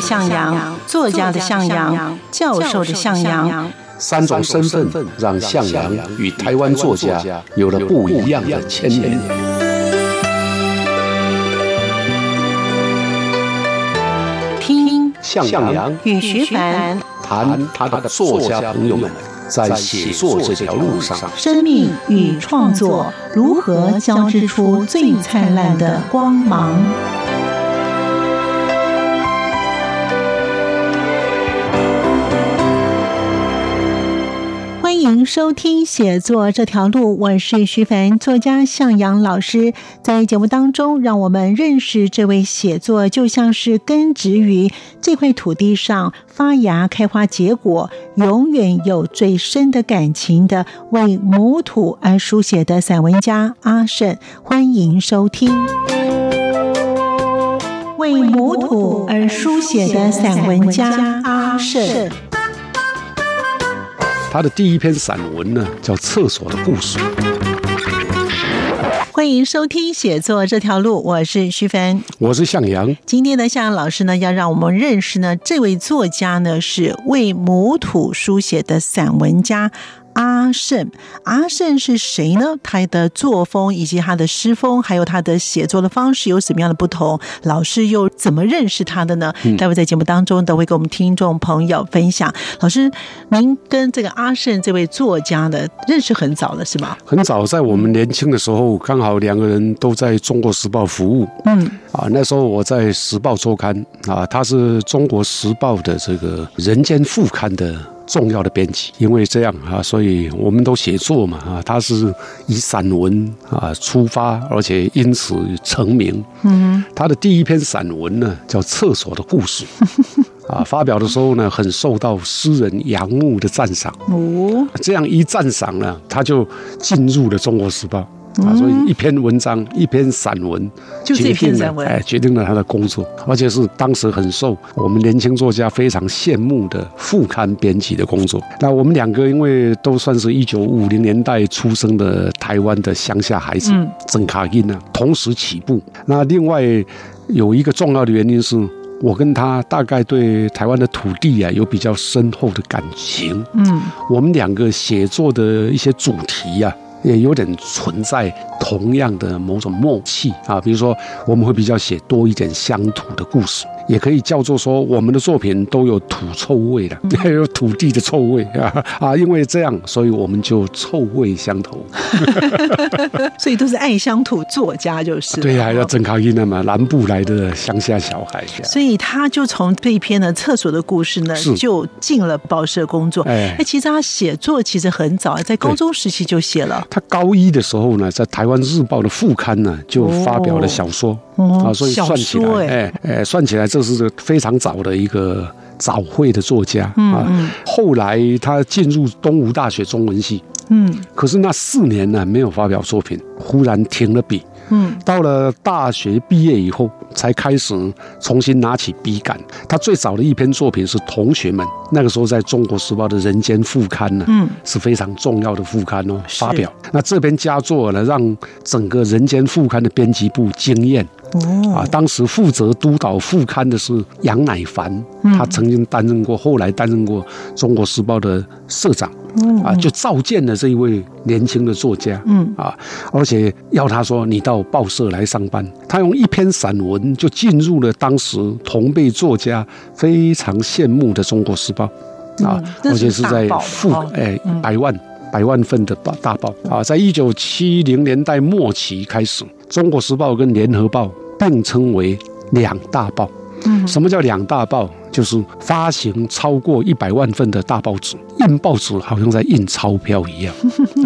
向阳、作家的向阳、教授的向阳。三种身份让向阳与台湾作家有了不一样的牵连。听向阳与徐凡谈他的作家朋友们在写作这条路上，生命与创作如何交织出最灿烂的光芒。欢迎收听《写作这条路》，我是徐凡，作家向阳老师。在节目当中，让我们认识这位写作就像是根植于这块土地上发芽、开花、结果，永远有最深的感情的为母土而书写的散文家阿胜。欢迎收听。为母土而书写的散文家阿胜。他的第一篇散文呢，叫《厕所的部署》。欢迎收听《写作这条路》，我是徐凡，我是向阳。今天的向阳老师呢，要让我们认识呢这位作家呢，是为母土书写的散文家。阿胜，阿胜是谁呢？他的作风以及他的诗风，还有他的写作的方式有什么样的不同？老师又怎么认识他的呢？嗯待会在节目当中都会跟我们听众朋友分享。老师，您跟这个阿胜这位作家的认识很早了，是吗？ 很早，在我们年轻的时候，刚好两个人都在《中国时报》服务。嗯，啊，那时候我在《时报周刊》啊，他是中国时报的这个人间副刊的。重要的编辑，因为这样啊，所以我们都写作嘛啊，他是以散文啊出发，而且因此成名。嗯，他的第一篇散文呢叫《厕所的故事》啊，发表的时候呢，很受到诗人杨牧的赞赏。哦，这样一赞赏呢，他就进入了《中国时报》。啊，所以一篇文章，一篇散文，嗯就这篇散文，哎，决定了他的工作，而且是当时很受我们年轻作家非常羡慕的副刊编辑的工作。那我们两个因为都算是一九五零年代出生的台湾的乡下孩子，嗯郑卡因呢，同时起步。那另外有一个重要的原因是。我跟他大概对台湾的土地啊有比较深厚的感情，嗯，我们两个写作的一些主题呀、也有点存在同样的某种默契啊。比如说，我们会比较写多一点乡土的故事，也可以叫做说我们的作品都有土臭味的，嗯 有土地的臭味 啊啊！因为这样，所以我们就臭味相投。所以都是爱乡土作家就是了。对呀、要郑康英那么南部来的乡下小 孩呀。所以他就从这一篇呢厕所的故事呢是，就进了报社工作。哎那其实他写作其实很早，在高中时期就写了。他高一的时候呢，在台湾日报的副刊呢就发表了小说、哦啊，所以算起小说来，哎哎哎，算起来这是非常早的一个早会的作家嗯啊。后来他进入东吴大学中文系，嗯可是那四年呢没有发表作品，忽然停了笔。嗯，到了大学毕业以后，才开始重新拿起笔杆。他最早的一篇作品是《同学们》，那个时候在《中国时报》的人间副刊呢、嗯，是非常重要的副刊哦，是发表。那这篇佳作呢，让整个人间副刊的编辑部惊艳。哦，啊，当时负责督导副刊的是杨乃凡，嗯他曾经担任过，后来担任过《中国时报》的社长，啊，就召见了这一位年轻的作家，哦嗯啊，而且要他说你到报社来上班，他用一篇散文就进入了当时同辈作家非常羡慕的《中国时报》，啊嗯，那而是且是在大报了副哦哎百万。百万份的大大报啊，在一九七零年代末期开始，《中国时报》跟《联合报》并称为两大报。嗯什么叫两大报？就是发行超过一百万份的大报纸，印报纸好像在印钞票 一样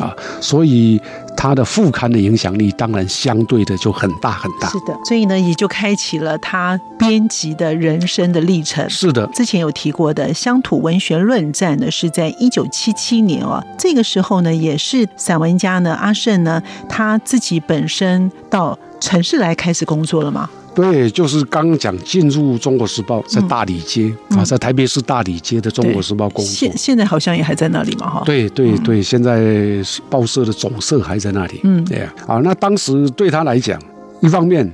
啊，所以它的副刊的影响力当然相对的就很大很大是。的，所以呢，也就开启了他编辑的人生的历程。是的，之前有提过的乡土文学论战呢，是在一九七七年哦。这个时候呢，也是散文家呢阿胜呢，他自己本身到城市来开始工作了嘛。对，就是刚刚讲进入《中国时报》在大理街、啊，在台北市大理街的《中国时报》工作现。现在好像也还在那里嘛，哈。对对对，现在报社的总社还在那里。嗯对啊，啊，那当时对他来讲，一方面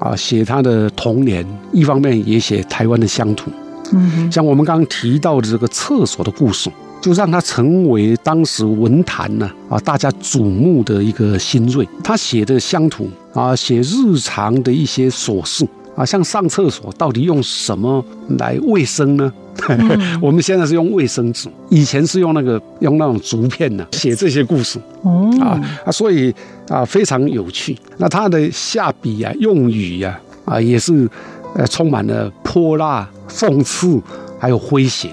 啊写他的童年，一方面也写台湾的乡土。嗯哼，像我们刚刚提到的这个厕所的故事，就让它成为当时文坛呢啊大家瞩目的一个新锐。他写的乡土啊，写日常的一些琐事啊，像上厕所到底用什么来卫生呢？ 我们现在是用卫生纸，以前是用那个用那种竹片呢、写这些故事哦，啊啊，所以啊非常有趣。那他的下笔啊、用语呀啊也是呃充满了泼辣、讽刺，还有诙谐。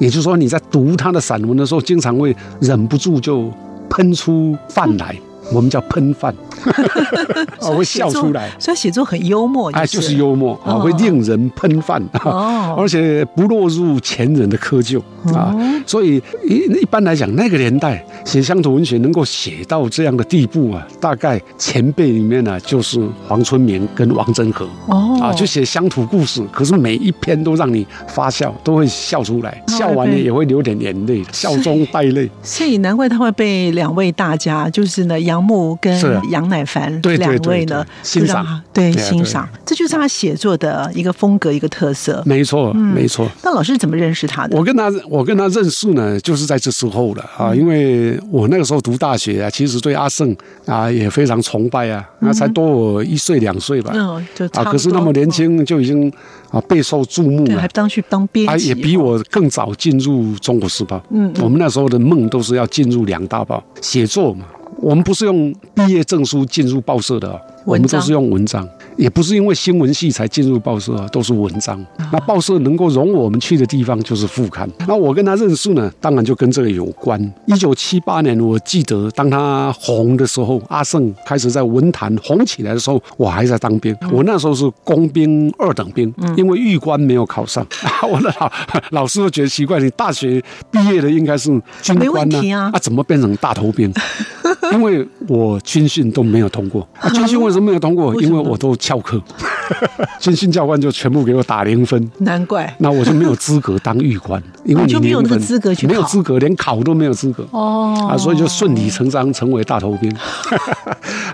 也就是说，你在读他的散文的时候，经常会忍不住就喷出饭来，我 们叫喷饭，啊，会笑出来。所以写作很幽默，哎，就是幽默啊，会令人喷饭哦啊， 而且不落入前人的窠臼啊哦。所以一一般来讲，那个年代写乡土文学能够写到这样的地步啊，大概前辈里面呢、啊就是黄春明跟王真和哦啊，就写乡土故事，可是每一篇都让你发笑，都会笑出来，笑完了哦对也会流点眼泪，笑中带泪。所以难怪他会被两位大家，就是呢杨牧跟是啊杨乃凡对对两对位呢对欣就赏让他对对啊欣赏，这就是他写作的一个风格一个特色。没错，嗯没错。那老师怎么认识他的？我跟他我跟他认识呢，就是在这时候了啊，嗯因为我那个时候读大学啊，其实对阿胜啊也非常崇拜啊，那才多我一岁两岁吧，嗯，就差啊，不多可是那么年，轻就已经啊备受注目对，了还。当去当编他辑，也比我更早进入《中国时报》。嗯嗯我们那时候的梦都是要进入两大报写作嘛。我们不是用毕业证书进入报社的哦，我们都是用文章，也不是因为新闻系才进入报社啊，都是文章。那报社能够容我们去的地方就是副刊。那我跟他认识呢，当然就跟这个有关。一九七八年，我记得当他红的时候，阿胜开始在文坛红起来的时候，我还在当嗯兵。我那时候是工兵二等兵，因为预官没有考上， 我的老老师都觉得奇怪，你大学毕业的应该是军没问官呢题啊啊，怎么变成大头兵？ 因为我军训都没有 通过，啊、军训为什么没有通过？为什因么为我都翘课， 军训教官就全部给我打零分，难怪那我就没有资格当 狱官，因为哦你就没有零那个分资格去没有考资格，连考都没有资格。哦啊，所以就顺理成章成为大头 兵。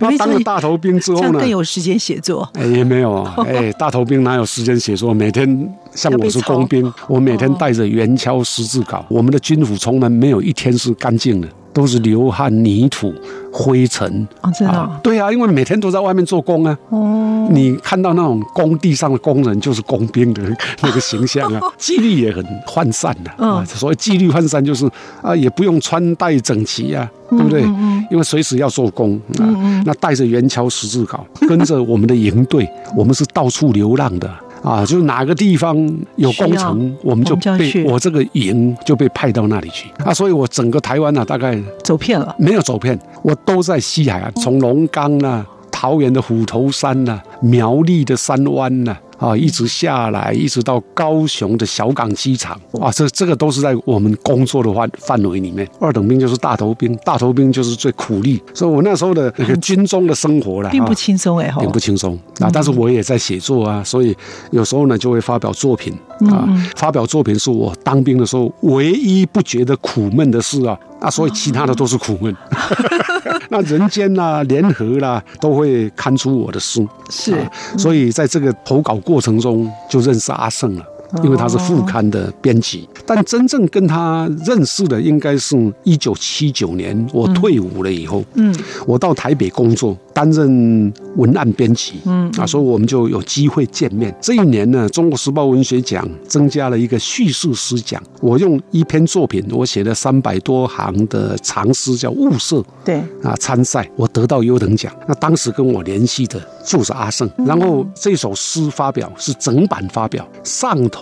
那当了大头兵之这后样呢更？有时间写作。哎，也没有啊，哎，大头兵哪有时间写作？每天像我是工兵，我每天带着圆锹、十字镐，我们的军服从来没有一天是干净的，都是流汗、泥土、灰尘。哦，真的哦、对啊，因为每天都在外面做工啊。哦，你看到那种工地上的工人，就是工兵的那个形象 啊，纪律也很涣散的、啊。嗯啊所谓纪律涣散，就是啊，也不用穿戴整齐啊，嗯对不对？因为随时要做工啊。那带着圆锹、十字镐，跟着我们的营队，我们是到处流浪的。啊，就是哪个地方有工需程，我我们就们就要去被我这个营就被派到那里去啊，所以我整个台湾呢、啊，大概走遍了。没有走遍，我都在西海嗯岸，从龙岗啦、桃园的虎头山呐、苗栗的山湾呐、啊，嗯一直下来，一直到高雄的小港机场哦啊，这这个都是在我们工作的范范围里面。二等兵就是大头兵，大头兵就是最苦力，所以我那时候的那个军中的生活了，嗯并不啊轻松哎嗯哈并，不轻松啊。但是我也在写作啊，所以有时候呢就会发表作品嗯啊。发表作品是我当兵的时候唯一不觉得苦闷的事啊啊，所以其他的都是苦闷。 那人间啦、联合啦、都会刊出我的书，是啊所以在这个投稿过程中就认识阿胜了。因为他是副刊的编辑，但真正跟他认识的应该是一九七九年我退伍了以后，嗯，我到台北工作，担任文案编辑，嗯啊，所以我们就有机会见面。这一年呢，《中国时报文学奖》增加了一个叙事诗奖，我用一篇作品，我写了三百多行的长诗，叫《物色》，对，啊参赛，我得到优等奖。那当时跟我联系的就是阿胜，然后这首诗发表是整版发表，上头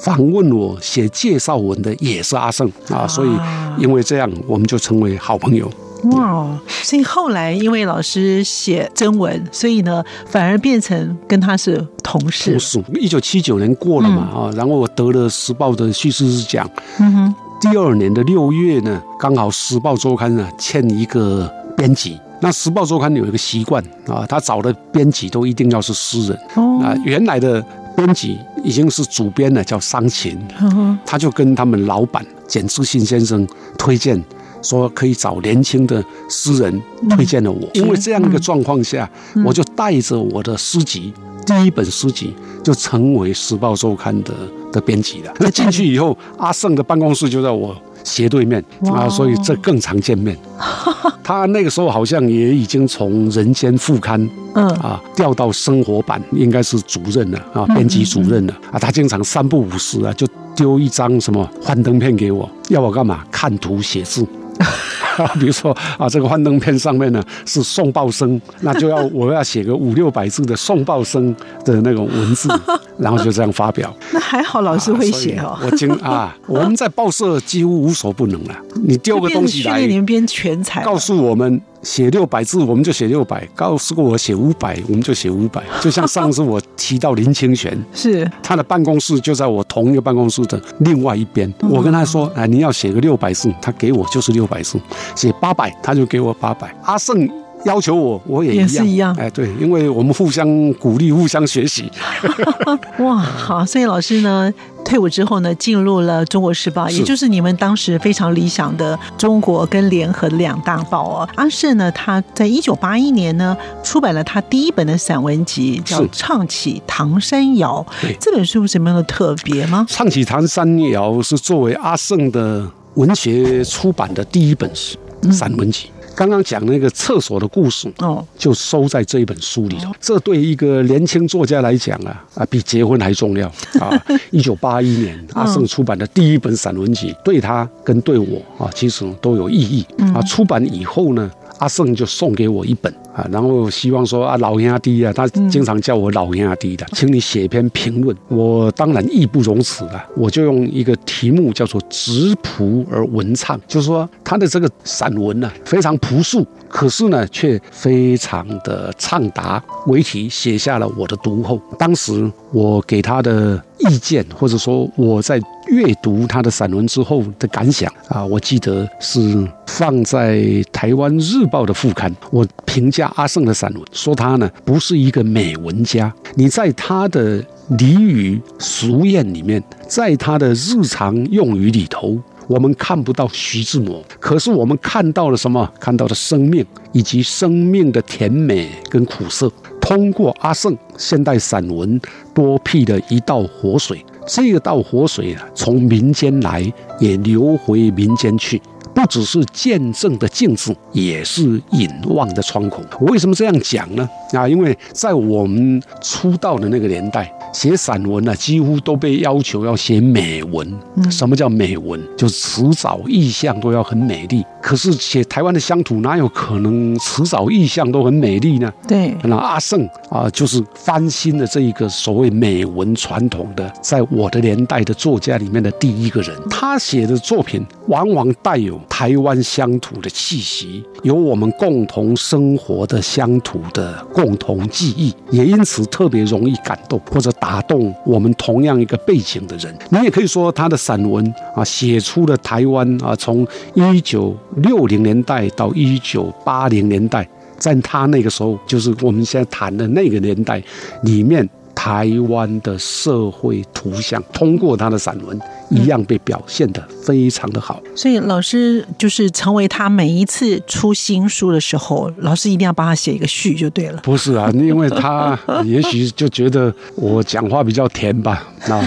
访问我写介绍文的也是阿胜啊，所以因为这样我们就成为好朋友。哇哦！所以后来因为老师写征文，所以呢，反而变成跟他是同事不，是，一九七九年过了嘛啊，然后我得了《时报》的叙事诗奖。嗯哼，第二年的六月呢，刚好《时报周刊》呢欠一个编辑。那《时报周刊》有一个习惯啊，他找的编辑都一定要是诗人。哦啊，原来的编辑已经是主编了，叫商琴，嗯哼，他就跟他们老板简志信先生推荐。说可以找年轻的诗人，推荐了我。因为这样一个状况下，我就带着我的诗集，第一本诗集就成为《时报周刊》的的编辑了。那进去以后，阿胜的办公室就在我斜对面哇啊，所以这更常见面。他那个时候好像也已经从《人间》副刊嗯，啊调到生活版，应该是主任了啊，编辑主任了嗯啊。他经常三不五时啊，就丢一张什么幻灯片给我，要我干嘛？看图写字。 比如说啊，这个幻灯片上面呢是宋报生，那就要我要写个五六百字的宋报生的那种文 字，然后就这样发表。那还好老师啊会所以写哦。我经啊，我们在报社几乎无所不能了。你丢个就变东成西训来，练你们编全才了，告诉我们写六百字，我们就写六百；告诉我写五百，我们就写五百。就像上次我提到林清玄， 是他的办公室就在我同一个办公室的另外一边。嗯我跟他说：“啊，你要写个六百字，他给我就是六百字；写八百，他就给我八百。”阿胜。要求我，我也一样也是一样哎，对，因为我们互相鼓励，互相学习。哇，好，所以老师呢，退伍之后呢，进入了《中国时报》，是也就是你们当时非常理想的中国跟联合的两大报哦。阿胜呢，他在一九八一年呢，出版了他第一本的散文集，叫是《唱起唐山谣对》。这本书有什么样的特别吗？唱起唐山谣是作为阿胜的文学出版的第一本书嗯散文集。刚刚讲那个厕所的故事，哦，就收在这一本书里头。这对一个年轻作家来讲啊，啊，比结婚还重要啊！一九八一年，阿胜出版的第一本散文集，对他跟对我啊，其实都有意义啊。出版以后呢，阿胜就送给我一本啊，然后希望说啊，老兄弟啊，他经常叫我老兄弟的，请你写一篇评论。我当然义不容辞了，我就用一个题目叫做“直朴而文畅”，就是说他的这个散文呢、非常朴素，可是呢却非常的呃畅达。为题写下了我的读后，当时我给他的意见，或者说我在阅读他的散文之后的感想啊，我记得是放在《台湾日报》的副刊。我评价阿胜的散文，说他呢不是一个美文家，你在他的俚语俗谚里面，在他的日常用语里头。我们看不到徐志摩，可是我们看到了什么？看到了生命，以及生命的甜美跟苦涩。通过阿胜现代散文多辟了一道活水，这道活水啊，从民间来，也流回民间去。不只是见证的镜子，也是引望的窗口。我为什么这样讲呢？啊，因为在我们出道的那个年代，写散文呢、啊，几乎都被要求要写美文。什么叫美文？就词藻意象都要很美丽。可是写台湾的乡土，哪有可能词藻意象都很美丽呢？对，那阿胜啊，就是翻新的这一个所谓美文传统的，在我的年代的作家里面的第一个人。他写的作品往往带有台湾乡土的气息，有我们共同生活的乡土的共同记忆，也因此特别容易感动或者打动我们同样一个背景的人。你也可以说他的散文啊，写出了台湾啊，从一九六零年代到一九八零年代。在他那个时候，就是我们现在谈的那个年代里面，台湾的社会图像，通过他的散文一样被表现得非常的好。所以老师就是成为他每一次出新书的时候，老师一定要帮他写一个序就对了。不是啊，因为他也许就觉得我讲话比较甜吧，那。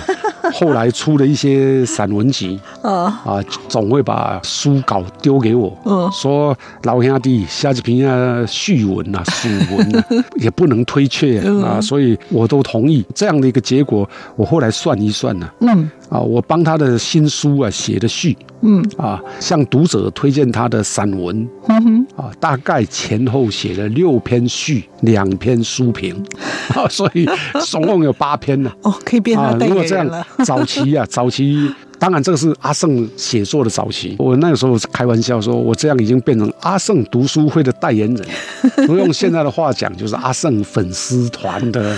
后来出了一些散文集，啊，啊，总会把书稿丢给我，嗯说老兄弟，下几篇啊，序文 啊，署文啊，也不能推却嗯啊，啊所以我都同意这样的一个结果。我后来算一算呢、嗯啊，我帮他的新书啊写的序嗯啊，向读者推荐他的散文嗯哼，啊，大概前后写了六篇序，两篇书评，啊， 所以总共有八篇呢、哦，可以变成啊，代如言果这人样了。 早期啊，早期。当然，这个是阿胜写作的早期。我那个时候开玩笑说，我这样已经变成阿胜读书会的代言 人，不用现在的话讲，就是阿胜粉丝团的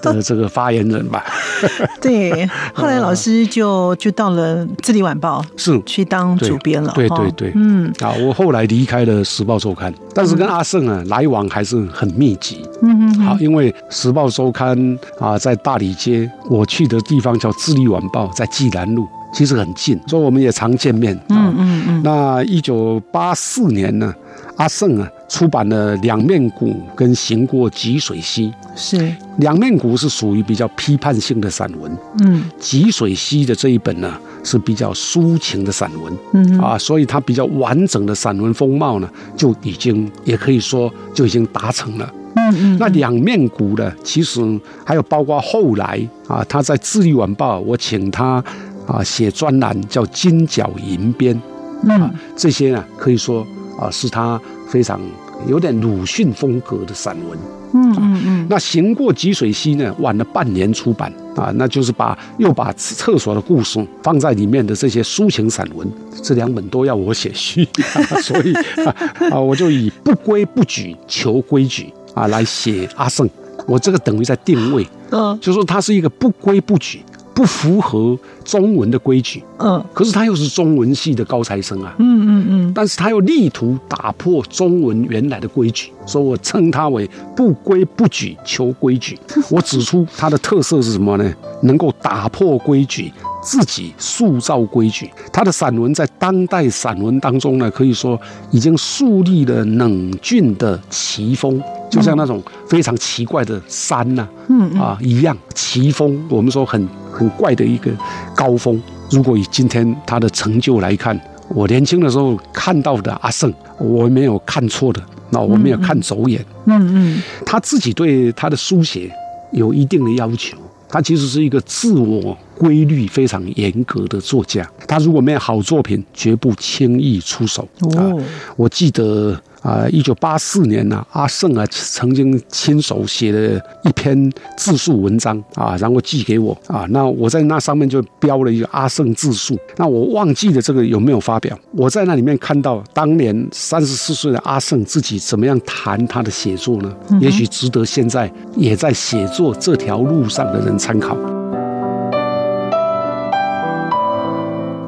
的这个发言人吧。 对，后来老师就就到了《自立晚报》是，去当对主编了，对哈对对，嗯啊，我后来离开了《时报周刊》，但是跟阿胜啊来往还是很密集。嗯嗯，啊，因为《时报周刊》啊，在大理街，我去的地方叫《智利晚报》，在济南路，其实很近，所以我们也常见面。啊、嗯嗯嗯，那一九八四年呢，阿胜啊出版了《两面鼓》跟《行过吉水溪》。是，两面鼓是属于比较批判性的散文，嗯吉水溪的这一本呢是比较抒情的散文，嗯啊，所以它比较完整的散文风貌呢，就已经也可以说就已经达成了。嗯嗯，那两面鼓呢，其实还有包括后来啊，他在《智利晚报》，我请他啊写专栏叫《金角银边》，嗯啊这些呢可以说啊是他非常有点鲁迅风格的散文。啊嗯嗯嗯，那行过吉水溪呢，晚了半年出版啊，那就是把又把厕所的故事放在里面的这些抒情散文，这两本都要我写序， 所以啊啊，我就以不规不矩求规矩啊来写阿胜，我这个等于在定位，嗯就说它是一个不规不矩，不符合中文的规矩，嗯可是他又是中文系的高材生啊，嗯嗯嗯，但是他又力图打破中文原来的规矩，所以我称它为不规不矩求规 矩。我指出它的特色是什么呢？能够打破规矩，自己塑造规矩。他的散文在当代散文当中呢，可以说已经树立了冷峻的奇峰，就像那种非常奇怪的山呐、嗯嗯啊一样，奇峰，我们说很很怪的一个高峰。如果以今天他的成就来看，我年轻的时候看到的阿胜，我没有看错的，那我没有看走眼。嗯嗯他自己对他的书写有一定的要求，他其实是一个自我规律非常严格的作家。他如果没有好作品，绝不轻易出手。啊哦，我记得啊，一九八四年呢、阿胜啊曾经亲手写了一篇自述文章啊，然后寄给我啊，那我在那上面就标了一个阿胜自述，那我忘记了这个有没有发表。我在那里面看到当年三十四岁的阿胜自己怎么样谈他的写作呢？也许值得现在也在写作这条路上的人参考。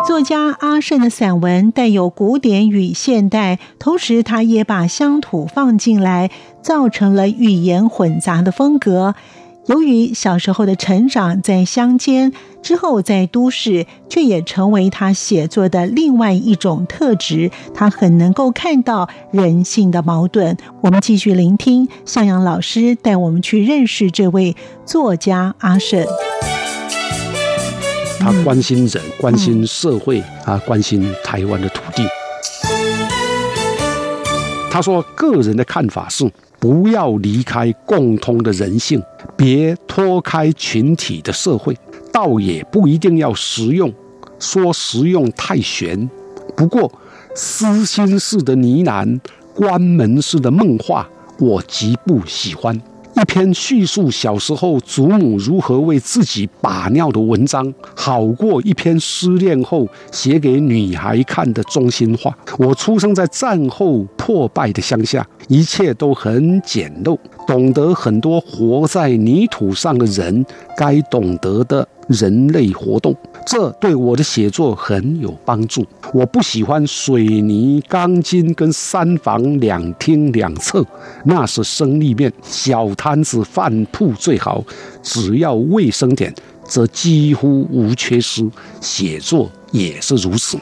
作家阿胜的散文带有古典与现代，同时他也把乡土放进来，造成了语言混杂的风格。由于小时候的成长在乡间，之后在都市，却也成为他写作的另外一种特质。他很能够看到人性的矛盾。我们继续聆听向阳老师带我们去认识这位作家阿胜。他关心人，关心社会啊，关心台湾的土地。他说，个人的看法是不要离开共通的人性，别脱开群体的社会，倒也不一定要实用。说实用太悬，不过私心式的呢喃，关门式的梦话，我极不喜欢。一篇叙述小时候祖母如何为自己把尿的文章，好过一篇失恋后写给女孩看的中心话。我出生在战后破败的乡下，一切都很简陋，懂得很多活在泥土上的人该懂得的人类活动，这对我的写作很有帮助。我不喜欢水泥、钢筋跟三房两厅两厕，那是生力面。小摊子饭铺最好，只要卫生点，则几乎无缺失。写作也是如此，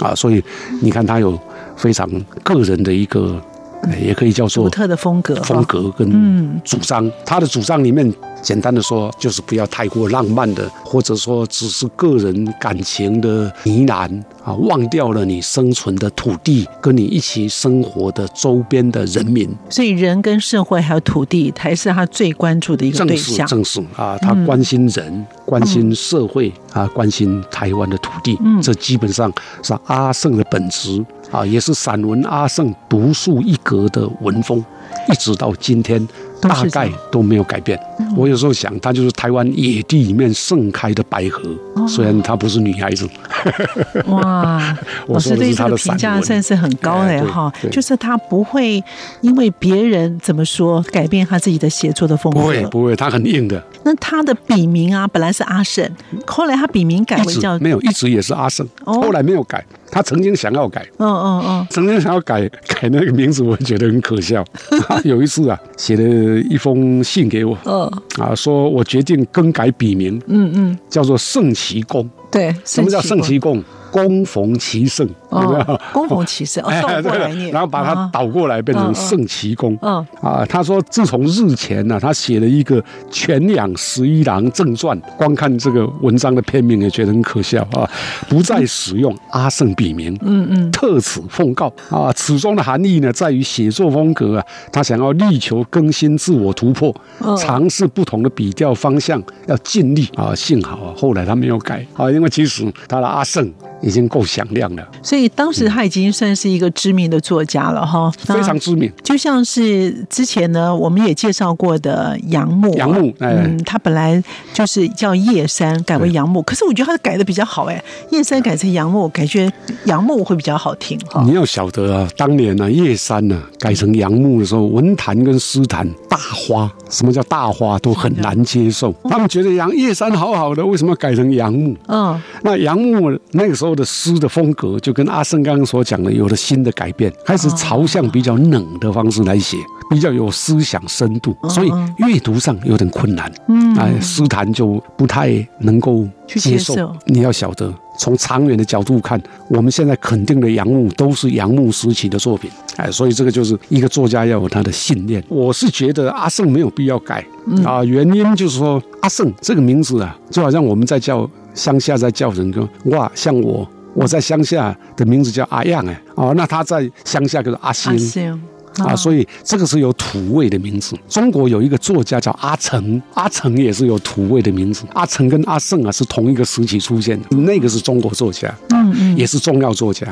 啊，所以你看他有非常个人的一个，呃也可以叫做独特的风格，嗯风格跟主张。他的主张里面，简单的说，就是不要太过浪漫的，或者说只是个人感情的呢喃啊，忘掉了你生存的土地，跟你一起生活的周边的人民。所以人跟社会还有土地才是他最关注的一个正对是象。嗯正是啊，他关心人，关心社会啊，关心台湾的土地，嗯这基本上是阿胜的本质啊，也是散文阿胜独树一格的文风，一直到今天都大是这样嗯概都没有改变。我有时候想，她就是台湾野地里面盛开的百合，哦虽然她不是女孩子，哇， 我老说师的对是这他个的评散价文算是很高哎的对哈，对就是他不会因为别人怎么说改变他自己的写作的风不会格。不会，她很硬的，那他的笔名啊，本来是阿胜，后来他笔名改一为直叫，嗯没有一直也是阿胜，哦后来没有改，她曾经想要改。嗯嗯，曾经想要改改那个名字，我觉得很可笑。 有一次啊，写了一封信给我，呃，啊，说我决定更改笔名，嗯嗯，叫做圣奇公。对，什么叫圣圣奇公？供逢其圣，有没有哦，？供逢其 圣，哦，哎，倒过对来念，然后把它啊倒过来变嗯成嗯圣奇功。嗯啊，他说自从日前呢、他写了一个《全养十一郎正传》，光看这个文章的片名也觉得很可笑啊，不再使用阿圣笔名。嗯嗯，特此奉告啊，此中的含义呢，在于写作风格啊，他想要力求更新自我突破，嗯尝试不同的笔调方向，要尽力啊。幸好啊，后来他没有改啊，因为其实他的阿圣已经够响亮了，所以当时他已经算是一个知名的作家了哈，那嗯非常知名。就像是之前呢，我们也介绍过的杨牧啊，杨牧哎嗯，他本来就是叫叶山，改为杨牧，可是我觉得他改的比较好哎，叶山改成杨牧，感觉杨牧会比较好听哦哈你。要晓得啊，当年呢、叶山呢、改成杨牧的时候，文坛跟诗坛大花，什么叫大花都很难接受。他们觉得杨叶山好好的，为什么改成杨牧？嗯，那杨牧那个时候的诗的风格，就跟阿生刚刚所讲的有了新的改变，开始朝向比较冷的方式来写，比较有思想深度，所以阅读上有点困难。嗯，哎，诗坛就不太能够去接接受。受你要晓得，从长远的角度看，我们现在肯定的杨牧都是杨牧时期的作品。哎，所以这个就是一个作家要有他的信念。我是觉得阿胜没有必要改、啊，原因就是说阿胜这个名字啊，就好像我们在叫乡下在叫人说哇，像我我在乡下的名字叫阿样哎，哦，那他在乡下就是阿星阿星啊，所以这个是有土味的名字。中国有一个作家叫阿成，阿成也是有土味的名字。阿成跟阿胜啊是同一个时期出现的，那个是中国作家，嗯嗯，也是重要作家。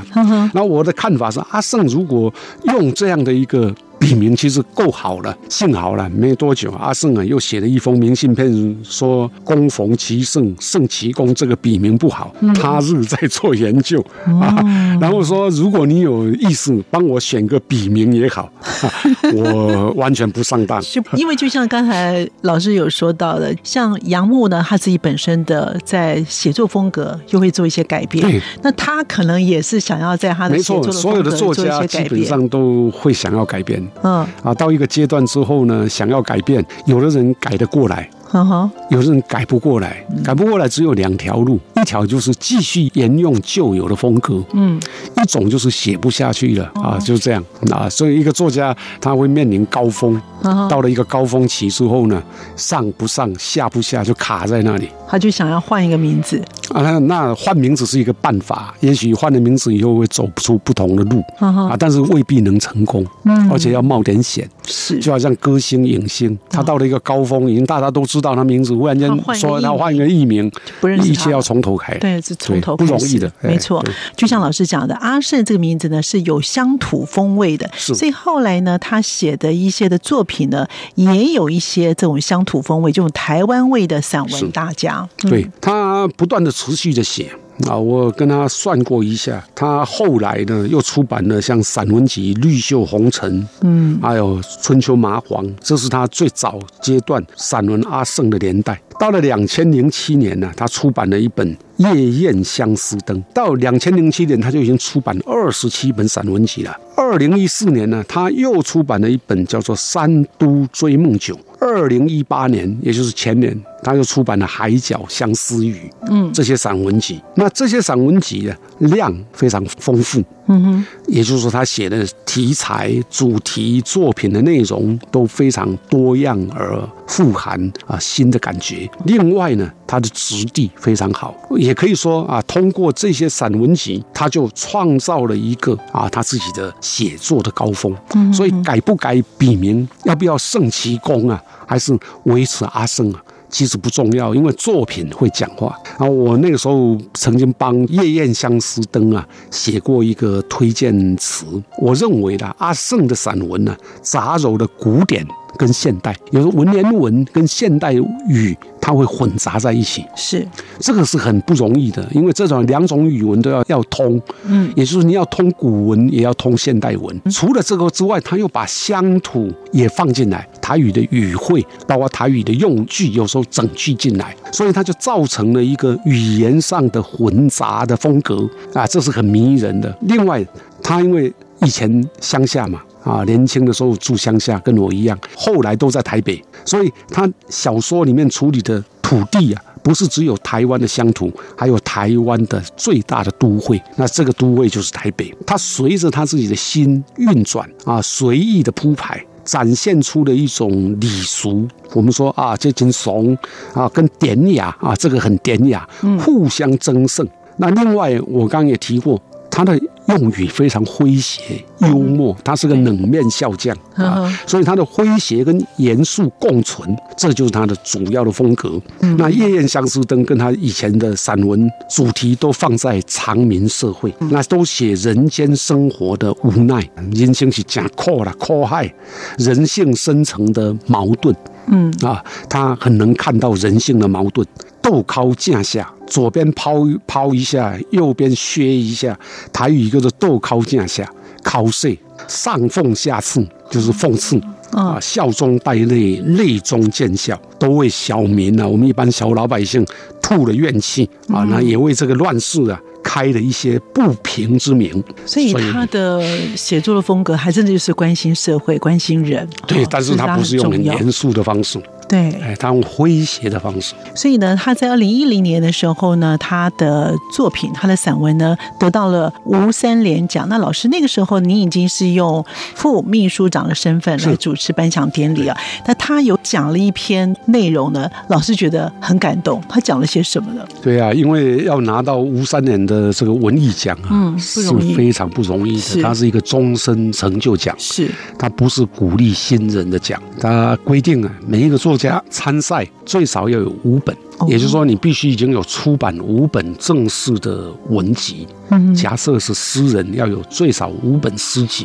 那我的看法是，阿胜如果用这样的一个。笔名其实够好了，幸好了，没多久阿胜啊又写了一封明信片，说“恭逢其圣，圣其功”这个笔名不好，嗯他日在做研究、哦啊。然后说，如果你有意思，帮我选个笔名也好，啊、我完全不上当。就因为就像刚才老师有说到的，像杨牧呢，他自己本身的在写作风格又会做一些改变对，那他可能也是想要 在他的没写作错，的所有风的格作做一家些基改本变。上都会想要改变嗯，啊。到一个阶段之后呢，想要改变，有的人改得过来，哼嗯哼，有的人改不过来，嗯改不过来只有两条路，一条就是继续沿用旧有的风格，嗯，哦一种就是写不下去了啊，就这样啊。所以一个作家他会面临高峰，嗯哼哼，到了一个高峰期之后呢，上不上下不下就卡在那里。他就想要换一个名字。啊，那那换名字是一个办法，也许换了名字以后会走出不同的路嗯哼嗯啊，但是未必能成功，而且要冒点险。是，就好像歌星、影星，他到了一个高峰，已经大家都知道他名字，忽然间他哦换一个说艺他名换一个艺名，不认识他一切要从头开。对，是从对头不容开始易的哎没错对。就像老师讲的，阿胜这个名字呢是有乡土风味的，是所以后来呢，他写的一些的作品呢，也有一些这种乡土风味，这种台湾味的散是文大家。对他不断的持续的写啊，我跟他算过一下，他后来呢又出版了像散文集《绿袖红尘》，嗯，还有《春秋麻黄》，这是他最早阶段散文阿胜的年代。到了两千零七年呢、他出版了一本《夜宴相思灯》。到两千零七年，他就已经出版二十七本散文集了。二零一四年呢，他又出版了一本叫做《三都追梦酒》。二零一八年，也就是前年，他又出版了《海角相思雨》嗯这些散文集。那这些散文集呢，量非常丰富，嗯哼，也就是说，他写的题材、主题、作品的内容都非常多样而富含啊新的感觉。另外呢，他的质地非常好，也可以说啊，通过这些散文集，他就创造了一个啊他自己的写作的高峰。所以改不改笔名，要不要圣其功啊，还是维持阿圣啊？其实不重要，因为作品会讲话。然后我那个时候曾经帮《夜宴相思灯》啊写过一个推荐词，我认为啦，阿胜的散文呢、杂糅了古典跟现代，有时候文言文跟现代语它会混杂在一起。是，这个是很不容易的，因为这种两种语文都要要通，嗯，也就是你要通古文，也要通现代文。除了这个之外，他又把乡土也放进来，台语的语汇，包括台语的用句，有时候整句进来，所以它就造成了一个语言上的混杂的风格啊，这是很迷人的。另外，他因为以前乡下嘛，啊，年轻的时候住乡下，跟我一样，后来都在台北，所以他小说里面处理的土地啊，不不是只有台湾的乡土，还有台湾的最大的都会。那这个都会就是台北，它随着它自己的心运转啊，随意的铺排。展现出的一种礼俗，我们说啊，这群怂啊，跟典雅啊，这个很典雅，互相争胜。那另外，我刚刚也提过，他的用语非常诙谐幽默，他是个冷面笑匠啊，所以他的诙谐跟严肃共存，这就是他的主要的风格。那《夜宴相思灯》跟他以前的散文主题都放在长民社会，那都写人间生活的无奈，人生是真苦啦苦海，人性深层的矛盾。嗯啊，他很能看到人性的矛盾，斗高架下，左边抛抛一下，右边削一下，台语叫做斗高架下，考试上讽下刺，就是讽刺。哦啊，笑中带泪，泪中见笑，都为小民啊，我们一般小老百姓吐了怨气啊，嗯那也为这个乱世啊开了一些不平之名。所以他的写作的风格还真的就是关心社会、关心人。对哦，但是他不是用这很很重要严肃的方式，对，哎，他用诙谐的方式。所以呢，他在二零一零年的时候呢，他的作品、他的散文呢，得到了吴三连奖。那老师那个时候，你已经是用副秘书长的身份来是主持颁奖典礼啊。那他有讲了一篇内容呢，老师觉得很感动。他讲了些什么呢？对啊，因为要拿到吴三连的这个文艺奖啊，嗯不是容易非常不容易是的。它是一个终身成就奖，是，它不是鼓励新人的奖。它规定啊，每一个作家参赛最少要有五本，哦也就是说你必须已经有出版五本正式的文集。嗯假设是诗人，要有最少五本诗集；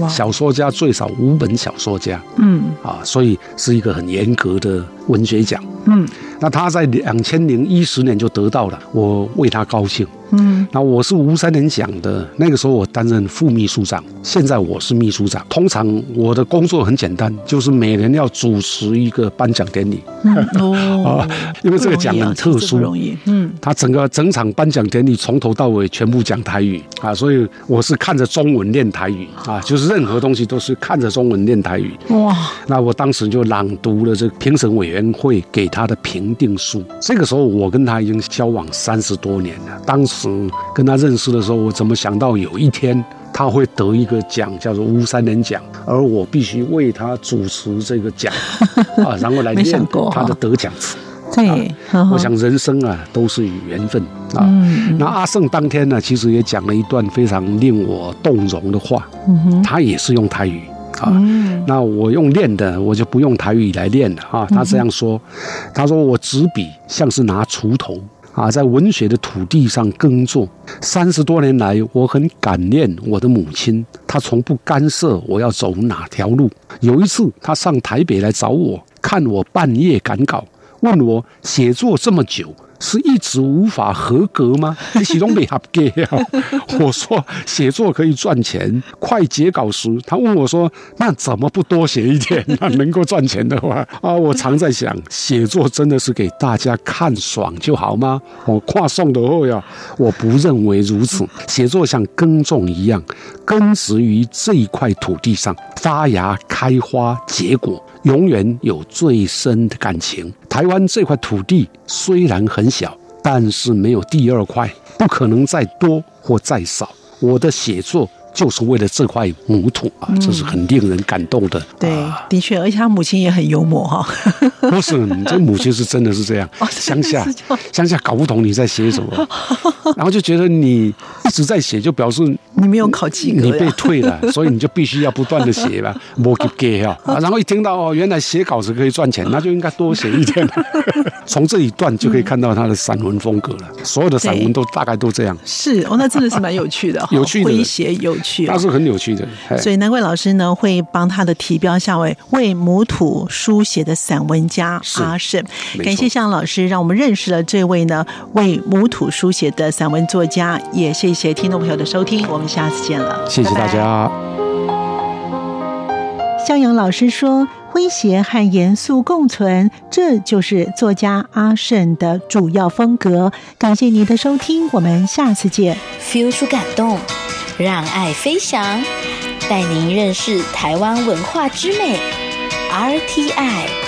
哇小说家最少五本小说家。嗯啊，所以是一个很严格的文学奖。嗯那他在两千零一十年就得到了，我为他高兴。嗯那我是吴三连奖的，那个时候我担任副秘书长，现在我是秘书长。通常我的工作很简单，就是每年要主持一个颁奖典礼嗯 哦啊，，因为这个奖不容易啊很特其实不殊。容易。嗯他整个整场颁奖典礼从头到尾全部讲台语啊，所以我是看着中文练台语啊，就是任何东西都是看着中文练台语。哇，那我当时就朗读了这个评审委员会给他的评定书。这个时候，我跟他已经交往三十多年了。当时跟他认识的时候，我怎么想到有一天他会得一个奖，叫做乌三连奖，而我必须为他主持这个 奖啊，然后来没念想过哈他的得奖词。啊对，我我想人生啊，都是与缘分啊。嗯那阿胜当天呢，其实也讲了一段非常令我动容的话，嗯哼他也是用台语啊。嗯那我用练的，我就不用台语来练了啊。他这样说，他说我执笔像是拿锄头啊，在文学的土地上耕作。三十多年来，我很感念我的母亲，她从不干涉我要走哪条路。有一次，她上台北来找我，看我半夜赶稿，问我写作这么久。是一直无法合格吗？你启动没合格啊？我说写作可以赚钱，快截稿时，他问我说：“那怎么不多写一点？那能够赚钱的话啊？”我常在想，写作真的是给大家看爽就好吗？我跨送的后呀，我不认为如此。写作像耕种一样，根植于这一块土地上，发芽、开花、结果。永远有最深的感情。台湾这块土地虽然很小，但是没有第二块，不可能再多或再少。我的写作就是为了这块母土啊，这是很令人感动的。对啊，的确，而且他母亲也很幽默哈。 不是你这母亲是真的是这样哦，真乡的是下这样乡下搞不懂你在写什 么，然后就觉得你一直在写，就表示你没有考及格你呀被 退了，所以你就必须要不断的写了，莫给给啊。然后一听到哦，原来写稿子可以赚钱，那就应该多写一点。 从这一段就可以看到他的散文风格了，所有的散文都大概都这样，是哦，那真的是蛮 有趣的哈，有趣的诙谐有趣、那是很有趣的。嘿所以难怪老师呢会帮他的题标下为“为母土书写的散文家是阿胜”。没错感谢向老师，让我们认识了这位呢为母土书写的散文作家。也谢谢听众朋友的收听，我们下次见了，谢谢大拜拜家。向阳老师说，诙谐和严肃共存，这就是作家阿胜的主要风格。感谢您的收听，我们下次见。 feel 出感动，让爱飞翔，带您认识台湾文化之美。RTI。